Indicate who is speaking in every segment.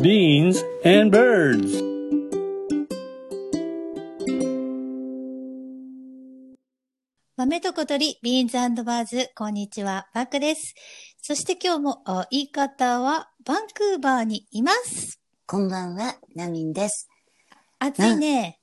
Speaker 1: beans and birds.
Speaker 2: 豆と小鳥、ビーンズバーズ、こんにちは、バックです。そして今日も、あ言い方は、バンクーバーにいます。
Speaker 3: こんばんは、ナミンです。
Speaker 2: 暑いね。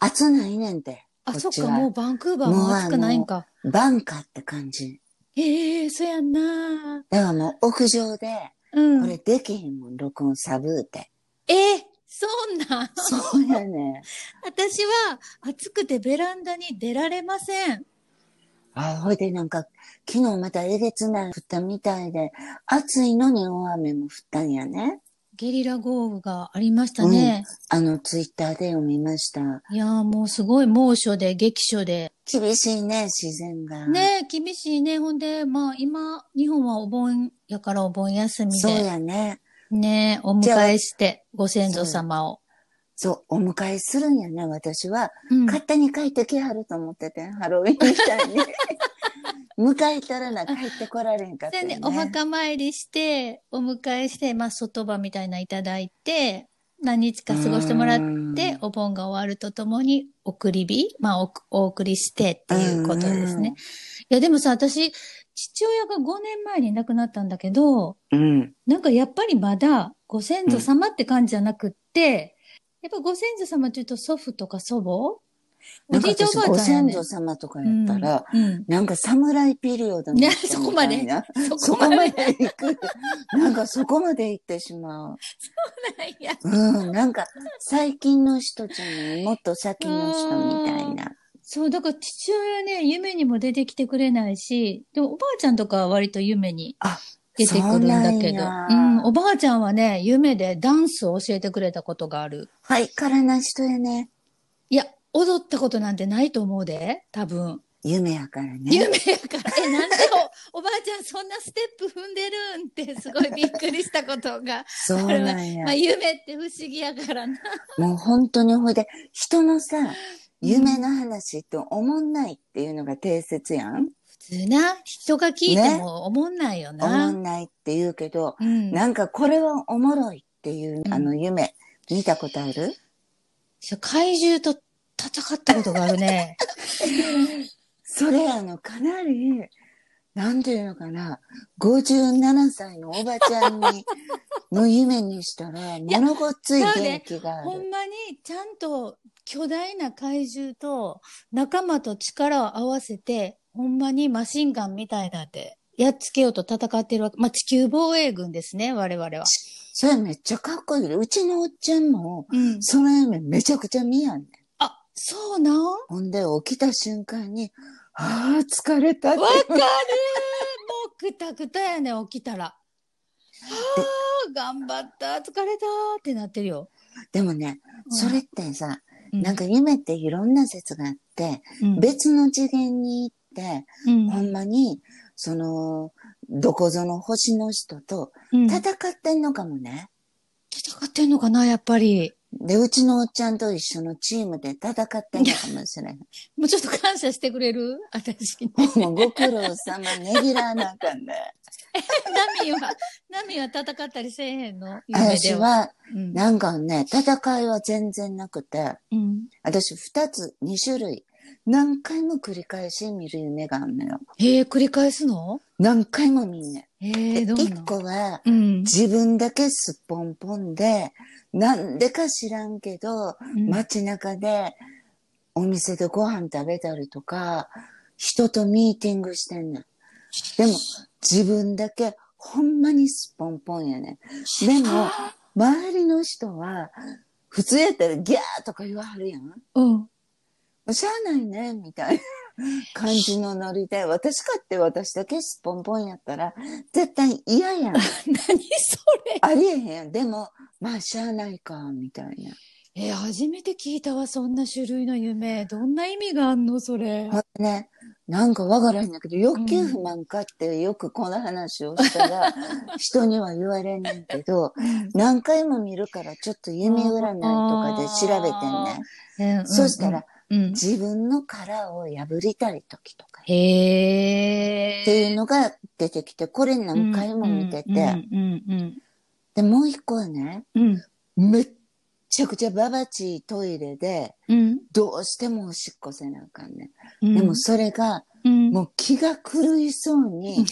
Speaker 3: 暑ないねんて。
Speaker 2: あ、
Speaker 3: こっ
Speaker 2: そっ
Speaker 3: ち
Speaker 2: か、
Speaker 3: は
Speaker 2: もうバンクーバーも暑くないんか。
Speaker 3: バンカって感じ。
Speaker 2: へえ、そうやんな。
Speaker 3: だからもう屋上で、
Speaker 2: う
Speaker 3: こ
Speaker 2: ん。
Speaker 3: れできへんもん、録音サブーって。
Speaker 2: えー、そんなん。
Speaker 3: そうやね。
Speaker 2: 私は暑くてベランダに出られません。
Speaker 3: あ、ほいでなんか、昨日またえげつない降ったみたいで、暑いのに大雨も降ったんやね。
Speaker 2: ゲリラ豪雨がありましたね。
Speaker 3: あの、ツイッターで読みました。
Speaker 2: いやーもうすごい猛暑で、激暑で。
Speaker 3: 厳しいね、自然が。。
Speaker 2: ねえ、厳しいね。ほんで、まあ今、日本はお盆やからお盆休み
Speaker 3: そう
Speaker 2: で、
Speaker 3: やね。
Speaker 2: ねえ、お迎えして、ご先祖様を。
Speaker 3: そう、お迎えするんやね、私は。
Speaker 2: うん
Speaker 3: 勝手に帰ってきはると思っててん、ハロウィンみた いに。迎えたらな、帰ってこられんかった
Speaker 2: でね
Speaker 3: よ、ね。、
Speaker 2: お墓参りして、お迎えして、まあ外場みたいなのいただいて、何日か過ごしてもらっ
Speaker 3: うん
Speaker 2: て、お盆が終わるとともに、送り火、まあおお送りしてっていうことですね。。いや、でもさ、私、父親が5年前に亡くなったんだけど、
Speaker 3: うん。
Speaker 2: なんかやっぱりまだご先祖様って感じじゃなくって、やっぱご先祖様っていうと祖父とか祖母お
Speaker 3: なんか
Speaker 2: じいちゃん
Speaker 3: 私
Speaker 2: おばあ
Speaker 3: ご
Speaker 2: ちゃん
Speaker 3: 先
Speaker 2: や
Speaker 3: 祖
Speaker 2: ね。
Speaker 3: 様とかやったら、
Speaker 2: うん、
Speaker 3: なんか侍ピリオドの人みたい な。
Speaker 2: ねそこまでそ
Speaker 3: そ
Speaker 2: こま
Speaker 3: こ
Speaker 2: で
Speaker 3: まで行く。なんかそこまで行ってしまう。
Speaker 2: ないや。
Speaker 3: うん。なんか最近の人じゃない、もっと先の人みたいな。
Speaker 2: そう、だから父親ね、夢にも出てきてくれないし、でもおばあちゃんとかは割と夢に
Speaker 3: あ
Speaker 2: 出てくるんだけ
Speaker 3: そう
Speaker 2: ど、
Speaker 3: な
Speaker 2: うんん
Speaker 3: や
Speaker 2: おばあちゃんはね、夢でダンスを教えてくれたことがある。
Speaker 3: はい、からな人やね。
Speaker 2: いや、踊ったことなんてないと思うで、多分。
Speaker 3: 夢やからね。
Speaker 2: 夢やから、え、なんでお、お ばあちゃんそんなステップ踏んでるんってすごいびっくりしたこと が
Speaker 3: そうなんや
Speaker 2: まあ、。夢って不思議やからな。
Speaker 3: もう本当にほいで、人のさ、夢の話って思んないっていうのが定説やん。
Speaker 2: 普通な、人が聞いても思んないよ
Speaker 3: 思
Speaker 2: な。
Speaker 3: んないって言うけど、
Speaker 2: うん。
Speaker 3: なんかこれはおもろいっていう、
Speaker 2: うん
Speaker 3: あの夢、見たことある
Speaker 2: そう怪獣と戦ったことがあるね。
Speaker 3: それあの、かなり、なんていうのかな、57歳のおばちゃんに、の夢にしたら、ものごっつい元気が あ
Speaker 2: ほ
Speaker 3: る。
Speaker 2: んまに、ちゃんと巨大な怪獣と仲間と力を合わせて、ほんまにマシンガンみたいなんで、やっつけようと戦ってるわけ。まあ、地球防衛軍ですね、我々は。
Speaker 3: それめっちゃかっこいい。うちのおっちゃんも、
Speaker 2: うん。
Speaker 3: その夢めちゃくちゃ見やんねん。
Speaker 2: あ、そうなんわ
Speaker 3: ほんで起きた瞬間に、ああ、疲れたって
Speaker 2: かるもうくたくたやね、起きたら。ああ、頑張った、疲れたってなってるよ。
Speaker 3: でもね、
Speaker 2: うん
Speaker 3: それってさ、
Speaker 2: う
Speaker 3: なんか夢っていろんな説があって、
Speaker 2: うん
Speaker 3: 別の次元に行って、
Speaker 2: うん
Speaker 3: ほんまに、その、どこぞの星の人と
Speaker 2: うん
Speaker 3: 戦ってんのかもね。
Speaker 2: 戦ってんのかな、やっぱり。
Speaker 3: で、うちのおっちゃんと一緒のチームで戦ってんのかも しれん。
Speaker 2: もうちょっと感謝してくれる 私に。
Speaker 3: もうご苦労様、ねぎらわなあかんね。
Speaker 2: ナミは、ナミは戦ったりせえへんの夢
Speaker 3: 私
Speaker 2: では。
Speaker 3: は、
Speaker 2: うん
Speaker 3: なんかね、戦いは全然なくて、
Speaker 2: うん
Speaker 3: 私二つ、二種類、何回も繰り返し見る夢があんのよ。
Speaker 2: へえ、繰り返すの
Speaker 3: 何回も見んね
Speaker 2: へ
Speaker 3: ん。
Speaker 2: え、
Speaker 3: で
Speaker 2: どうな
Speaker 3: 一
Speaker 2: の
Speaker 3: 個は、
Speaker 2: うん。
Speaker 3: 自分だけすっぽんぽんで、なんでか知らんけど、
Speaker 2: うん
Speaker 3: 街中でお店でご飯食べたりとか、人とミーティングしてんねん。でも、自分だけほんまにすっぽんぽんやねん。でも、周りの人は、普通やったらギャーとか言わはるやん。
Speaker 2: うん。
Speaker 3: しゃあないね、みたいな感じのノリで、私かって私だけすっぽんぽんやったら、絶対嫌やん。
Speaker 2: 何それ
Speaker 3: ありえへんやん。でも、まあ、しゃあないか、みたいな。
Speaker 2: え、初めて聞いたわ、そんな種類の夢。どんな意味があんの、それ。
Speaker 3: ほんでね、なんかわからへんだけど、欲求不満かってよくこの話をしたら、人には言われんねんけど、何回も見るから、ちょっと夢占いとかで調べてんねん。
Speaker 2: うん
Speaker 3: そしたら、、
Speaker 2: うん。
Speaker 3: 自分の殻を破りたい時とか、っ
Speaker 2: へえ。
Speaker 3: ていうのが出てきて、これ何回も見てて、
Speaker 2: うんうんうんうん
Speaker 3: で、もう一個はね、
Speaker 2: うん。
Speaker 3: めっちゃくちゃババチいトイレで、
Speaker 2: うん。
Speaker 3: どうしてもおしっこせなあかんね。
Speaker 2: うん
Speaker 3: でもそれが、
Speaker 2: うん。
Speaker 3: もう気が狂いそうに、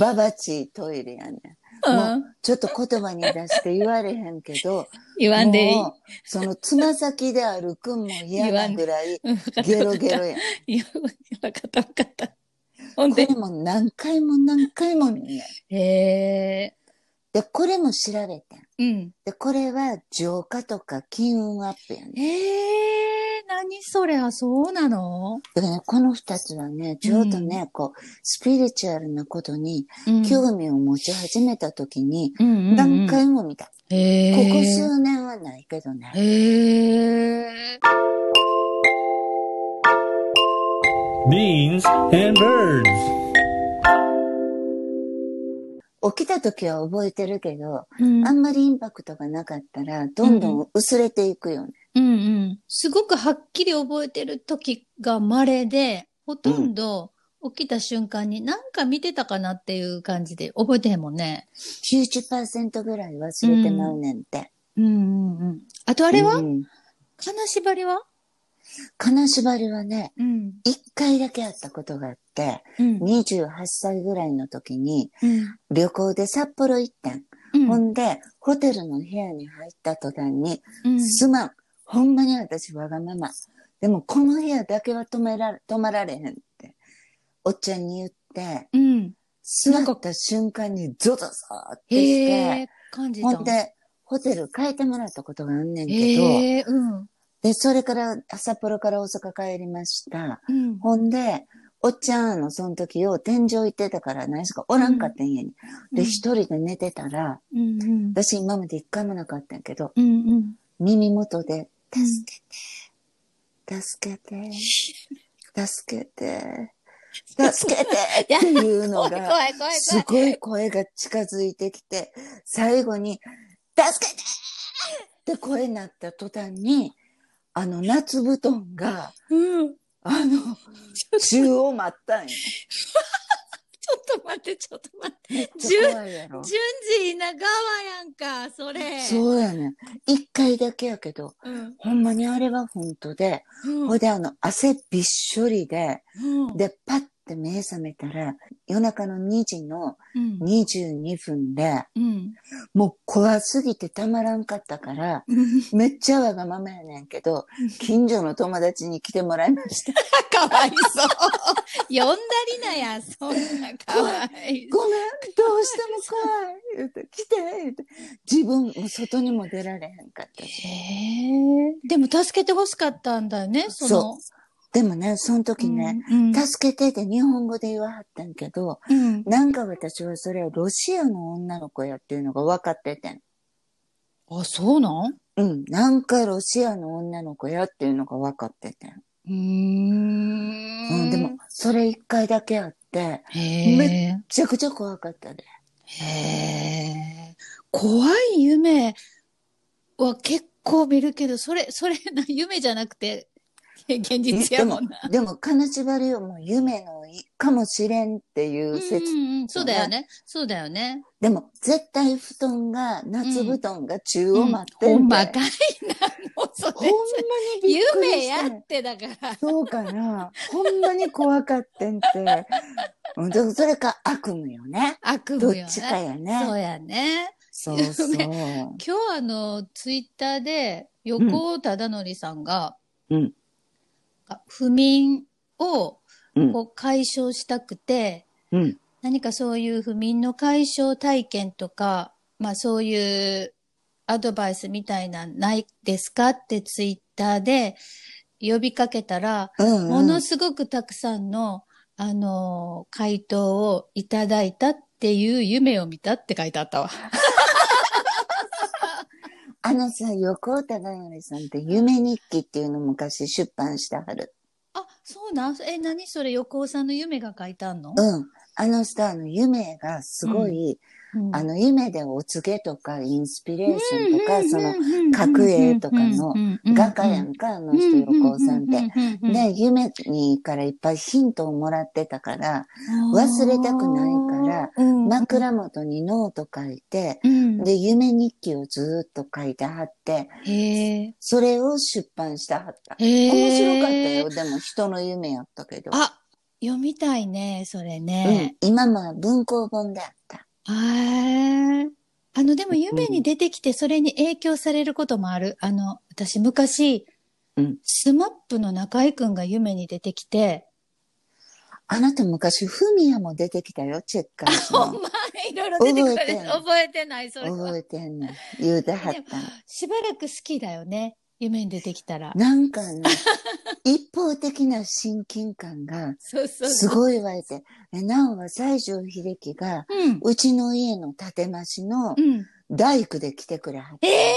Speaker 3: ババチいトイレやねん。も
Speaker 2: うん
Speaker 3: うちょっと言葉に出して言われへんけど、
Speaker 2: 言わんでいい。
Speaker 3: もうそのつま先で歩くんも嫌なぐらい
Speaker 2: うんわかった
Speaker 3: ゲロゲロや。
Speaker 2: いや、わかったわかった。ほん
Speaker 3: これ
Speaker 2: で、
Speaker 3: も何回も何回も見んねん
Speaker 2: へえ、
Speaker 3: で、これも調べてん。
Speaker 2: うん。
Speaker 3: で、これは浄化とか金運アップや
Speaker 2: へえ、
Speaker 3: ね。
Speaker 2: 何それはそうなの
Speaker 3: だからね、この二つはね、ちょうどね、こう、スピリチュアルなことに
Speaker 2: 今
Speaker 3: 興味を持ち始めた時に、
Speaker 2: うん
Speaker 3: 何回も見た。
Speaker 2: へ
Speaker 3: ここ
Speaker 2: ー
Speaker 3: 数年はないけどね。
Speaker 2: へえ。
Speaker 1: Beans and birds.
Speaker 3: 起きた時は覚えてるけど、
Speaker 2: うん
Speaker 3: あんまりインパクトがなかったら、どんどん薄れていくよね。
Speaker 2: うんうん。すごくはっきり覚えてる時が稀で、ほとんど起きた瞬間に何か見てたかなっていう感じで覚えてへんもんね。
Speaker 3: 90%ぐらい忘れてまうねんって。
Speaker 2: うんうんうん。あとあれは、
Speaker 3: うん
Speaker 2: 金縛りは
Speaker 3: 金縛りはね、
Speaker 2: うん。
Speaker 3: 一回だけあったことがあって、
Speaker 2: うん。
Speaker 3: 28歳ぐらいの時に
Speaker 2: うん。
Speaker 3: 旅行で札幌行ったん。
Speaker 2: うん
Speaker 3: ほんで、ホテルの部屋に入った途端に、
Speaker 2: うん
Speaker 3: すまん。ほんまに私わがまま。でもこの部屋だけは止められ、止まられへんって、おっちゃんに言って、
Speaker 2: うん。
Speaker 3: 座った瞬間にゾゾゾーってし
Speaker 2: へ
Speaker 3: て
Speaker 2: え、、感じた。
Speaker 3: ほんで、ホテル変えてもらったことがあんねんけど、
Speaker 2: へえ、うん。
Speaker 3: で、それから、札幌から大阪帰りました。
Speaker 2: うん。
Speaker 3: ほんで、おっちゃんのその時を天井行ってたから何しかおらんかったんやに。で、一人で寝てたら、
Speaker 2: うんうん。
Speaker 3: 私今まで一回もなかったんやけど、
Speaker 2: うんうん。
Speaker 3: 耳元で、助けて、助けて、助けて、助けてっていうの
Speaker 2: 怖い
Speaker 3: が、
Speaker 2: 怖い怖い
Speaker 3: すごい声が近づいてきて、最後に、助けてって声になった途端に、あの夏布団が、
Speaker 2: うん。
Speaker 3: あの、中央待ったんよ。
Speaker 2: ちょっと待って、ちょっと待って。
Speaker 3: めっちゃ怖いやろ。
Speaker 2: 順次な側やんか、それ。
Speaker 3: そうやねん。一回だけやけど、
Speaker 2: うん。
Speaker 3: ほんまにあれは本当で、
Speaker 2: うん。
Speaker 3: ほいであの、汗びっしょりで、
Speaker 2: うん。
Speaker 3: で、パッて目覚めたら、夜中の2時の
Speaker 2: うん。
Speaker 3: 22分で、
Speaker 2: うん。
Speaker 3: もう怖すぎてたまらんかったから、めっちゃわがままやねんけど、近所の友達に来てもらいました。
Speaker 2: かわいそう。呼んだりなや、そんなかわいそう。
Speaker 3: ごめん、どうしても怖い。言うて、来て、言うて。自分、もう外にも出られへんかったし。
Speaker 2: へえ。でも助けて欲しかったんだよね、その。
Speaker 3: でもね、その時ね、
Speaker 2: うん。
Speaker 3: 助けてって日本語で言わはったんけど、
Speaker 2: うん。
Speaker 3: なんか私はそれはロシアの女の子やっていうのが分かっててん。
Speaker 2: あ、そうなん
Speaker 3: うん、なんかロシアの女の子やっていうのが分かっててん。
Speaker 2: うー。
Speaker 3: うんん、でも、、それ一回だけあって、
Speaker 2: へえ。
Speaker 3: めちゃくちゃ怖かったで。
Speaker 2: へえ、怖い夢は結構見るけど、それ、 それ、な夢じゃなくて、現実やもんな。
Speaker 3: でも、金縛りをもう夢のいかもしれんっていううん説、
Speaker 2: うんうん、そうだよね。そうだよね。
Speaker 3: でも、絶対布団が、夏布団が中
Speaker 2: う
Speaker 3: 央
Speaker 2: ん
Speaker 3: 待って
Speaker 2: ほん
Speaker 3: んで、
Speaker 2: まかいな、もうそ
Speaker 3: ほん
Speaker 2: れ。
Speaker 3: まにびっくり
Speaker 2: 夢
Speaker 3: した
Speaker 2: や
Speaker 3: ん
Speaker 2: ってだから。
Speaker 3: そうかな。ほんまに怖かってんって。うんでもそれか悪夢よね。
Speaker 2: 悪
Speaker 3: どっ
Speaker 2: 夢よね。
Speaker 3: ちかや
Speaker 2: そう
Speaker 3: ね。
Speaker 2: やね。
Speaker 3: そうそう。
Speaker 2: 今日あの、ツイッターで、横尾忠則さんが、
Speaker 3: うん
Speaker 2: あ不眠を
Speaker 3: うん
Speaker 2: こう解消したくて、
Speaker 3: うん。
Speaker 2: 何かそういう不眠の解消体験とか、まあそういうアドバイスみたいなのないですかってツイッターで呼びかけたら、
Speaker 3: うん、
Speaker 2: ものすごくたくさんの、あのー回答をいただいたっていう夢を見たって書いてあったわ。
Speaker 3: あのさ、横尾忠則さんって夢日記っていうの昔出版してはる。
Speaker 2: あ、そうなんえ、何それ横尾さんの夢が書いてあんの
Speaker 3: うん。あのさ、あの、夢がすごい、
Speaker 2: うん
Speaker 3: あの、夢でお告げとか、インスピレーションとか、その、
Speaker 2: の
Speaker 3: 格絵とかの画家やんか、あの人、横尾さんって。
Speaker 2: て
Speaker 3: で、夢にからいっぱいヒントをもらってたから、忘れたくないから、
Speaker 2: うん、
Speaker 3: 枕元にノート書いて、
Speaker 2: うん、
Speaker 3: で、夢日記をずーっと書いてはって、
Speaker 2: へえ。
Speaker 3: それを出版してはった。
Speaker 2: へえ。
Speaker 3: 面白かったよ。。でも人の夢やったけど。
Speaker 2: あ、読みたいね、それ
Speaker 3: うん
Speaker 2: ね。、
Speaker 3: 今まあ文庫本であった。
Speaker 2: へえ。あの、でも夢に出てきて、それに影響されることもある。あの、私、昔
Speaker 3: うん、
Speaker 2: スマップの中井くんが夢に出てきて、
Speaker 3: あなた昔、フミヤも出てきたよ、チェッカー ズ
Speaker 2: ほん
Speaker 3: の。
Speaker 2: ま、いろいろ出てくる
Speaker 3: 覚えてない
Speaker 2: 覚えてない、それは
Speaker 3: 覚。えてんの。言うてはったの。
Speaker 2: しばらく好きだよね。夢に出てきたら。
Speaker 3: なん かね、一方的な親近感が、
Speaker 2: そうそう
Speaker 3: す
Speaker 2: そう。
Speaker 3: ごいわれて、えなおは西城秀樹が、
Speaker 2: うん。
Speaker 3: うちの家の建て増しの
Speaker 2: うん。
Speaker 3: 大工で来てくれはっ
Speaker 2: え
Speaker 3: た。
Speaker 2: え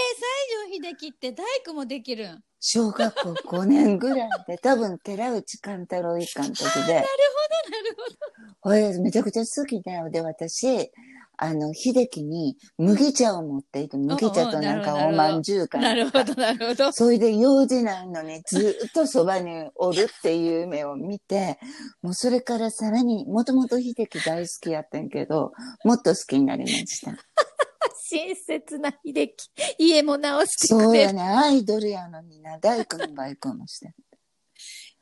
Speaker 2: 西城秀樹って大工もできるん。なる
Speaker 3: 小学校5年ぐらいで、多分寺内勘太郎一家の時で、
Speaker 2: ほど。
Speaker 3: ほいでめちゃくちゃ好きだよ。で、私、あの、秀樹に麦茶を持っていて、麦茶となんか
Speaker 2: おうおうなるほど
Speaker 3: おまんじゅうか
Speaker 2: なるほど、なるほど。
Speaker 3: それで用事なのにずっとそばにおるっていう夢を見て、もうそれからさらに、もともと秀樹大好きやったんけど、もっと好きになりました。
Speaker 2: 親切な秀樹。家も直して
Speaker 3: そ
Speaker 2: く
Speaker 3: う
Speaker 2: れ
Speaker 3: や
Speaker 2: る。
Speaker 3: ね、アイドルやのにな、大工のバイクもして。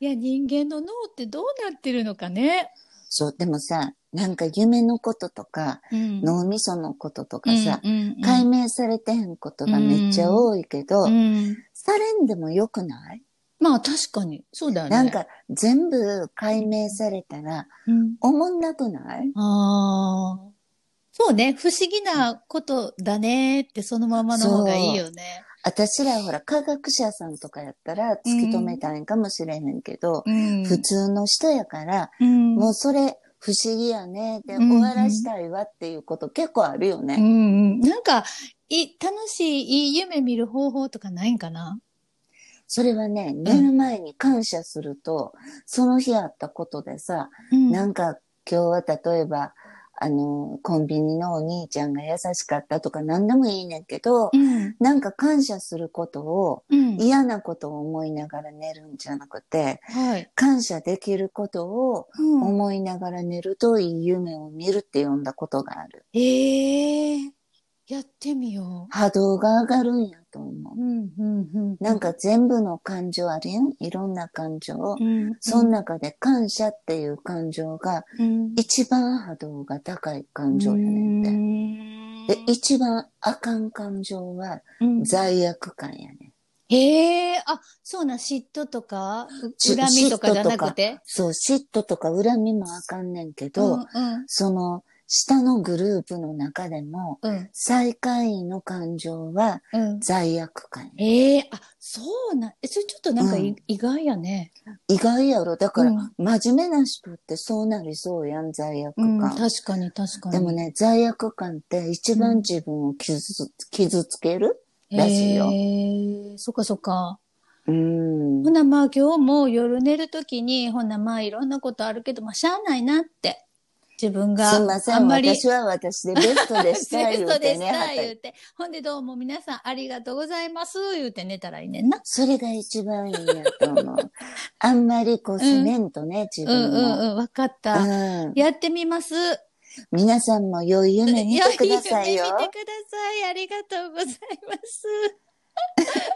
Speaker 2: いや、人間の脳ってどうなってるのかね。
Speaker 3: そう、でもさ、なんか夢のこととか、
Speaker 2: うん。
Speaker 3: 脳みそのことと
Speaker 2: う
Speaker 3: か
Speaker 2: ん
Speaker 3: さ、
Speaker 2: うんうん
Speaker 3: 解明されてへんことがめっちゃ多いけど、
Speaker 2: うん。
Speaker 3: されんでもよくない
Speaker 2: まあ、確かに。そうだよね。
Speaker 3: なん、か全部解明されたら、
Speaker 2: うん。
Speaker 3: おもんなくない
Speaker 2: ああ。そうね。不思議なことだねってそのままの方がいいよね。
Speaker 3: 私らほら科学者さんとかやったら突き止めたいんかもしれへんけど、
Speaker 2: うん
Speaker 3: 普通の人やから、
Speaker 2: うん
Speaker 3: もうそれ不思議やねで、
Speaker 2: うん
Speaker 3: 終わらしたいわっていうこと結構あるよね。
Speaker 2: うんうん。なんか、い、楽しい、いい夢見る方法とかないんかな
Speaker 3: それはね、寝る前に感謝すると、その日あったことでさ、
Speaker 2: うん
Speaker 3: なんか今日は例えば、あの、コンビニのお兄ちゃんが優しかったとか何でもいいねんけど、
Speaker 2: うん。
Speaker 3: なんか感謝することを
Speaker 2: うん。
Speaker 3: 嫌なことを思いながら寝るんじゃなくて、
Speaker 2: はい。
Speaker 3: 感謝できることを
Speaker 2: うん。
Speaker 3: 思いながら寝るといい夢を見るって呼んだことがある。
Speaker 2: ええやってみよ
Speaker 3: 波動が上がるんやと思
Speaker 2: う。うん、うん、うん。
Speaker 3: う。なん、か全部の感情あるやんいろんな感情を
Speaker 2: う。ん。
Speaker 3: その中で感謝っていう感情が
Speaker 2: うん、
Speaker 3: 一番波動が高い感情やねんて。で、一番あかん感情は
Speaker 2: うん、
Speaker 3: 罪悪感やねん。
Speaker 2: ええあ、そうなん、嫉妬とか、
Speaker 3: し
Speaker 2: う恨みとかじゃなくて。
Speaker 3: そう、嫉妬とか恨みもあかんねんけど、
Speaker 2: うん、うん、
Speaker 3: その下のグループの中でも
Speaker 2: うん、
Speaker 3: 最下位の感情は
Speaker 2: うん。
Speaker 3: 罪悪感やねん
Speaker 2: ええあ、そうなん、え、それちょっとなんかい、
Speaker 3: うん
Speaker 2: 意外やね。
Speaker 3: 意外やろ。だから、
Speaker 2: うん
Speaker 3: 真面目な人ってそうなりそうやん、罪悪
Speaker 2: うん、
Speaker 3: 感。
Speaker 2: 確かに、確かに。
Speaker 3: でもね、罪悪感って一番自分を傷つ,、傷つけるらしいよ
Speaker 2: ええそっかそっか。
Speaker 3: うん
Speaker 2: ほ。なまあ今日も夜寝るときに、ほなまあいろんなことあるけど、まあしゃあないなって。自分が。
Speaker 3: すんませ
Speaker 2: あ
Speaker 3: ん、
Speaker 2: んまり。
Speaker 3: 私は私でベストで
Speaker 2: ベ
Speaker 3: し
Speaker 2: ス
Speaker 3: た言う
Speaker 2: ト
Speaker 3: て
Speaker 2: でし
Speaker 3: ね。
Speaker 2: た言
Speaker 3: は
Speaker 2: う
Speaker 3: た
Speaker 2: て。ほんでどうも皆さんありがとうございます言うて寝たらいいねんな。
Speaker 3: それが一番いいや と思う。あんまりこう、せめんとね、自
Speaker 2: うん
Speaker 3: 分
Speaker 2: う
Speaker 3: を。
Speaker 2: んうん、わかった。
Speaker 3: うん
Speaker 2: やってみます。
Speaker 3: 皆さんも良い夢見てくださいよ
Speaker 2: や。見てください。ありがとうござい ます。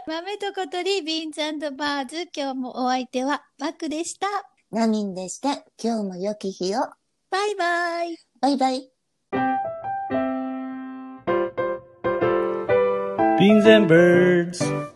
Speaker 2: 豆と小鳥、ビーンズバーズ。今日もお相手はバックでした。
Speaker 3: ナミンでした。今日も良き日を。
Speaker 2: バイバイ。
Speaker 3: バイバイ。
Speaker 1: Beans and birds.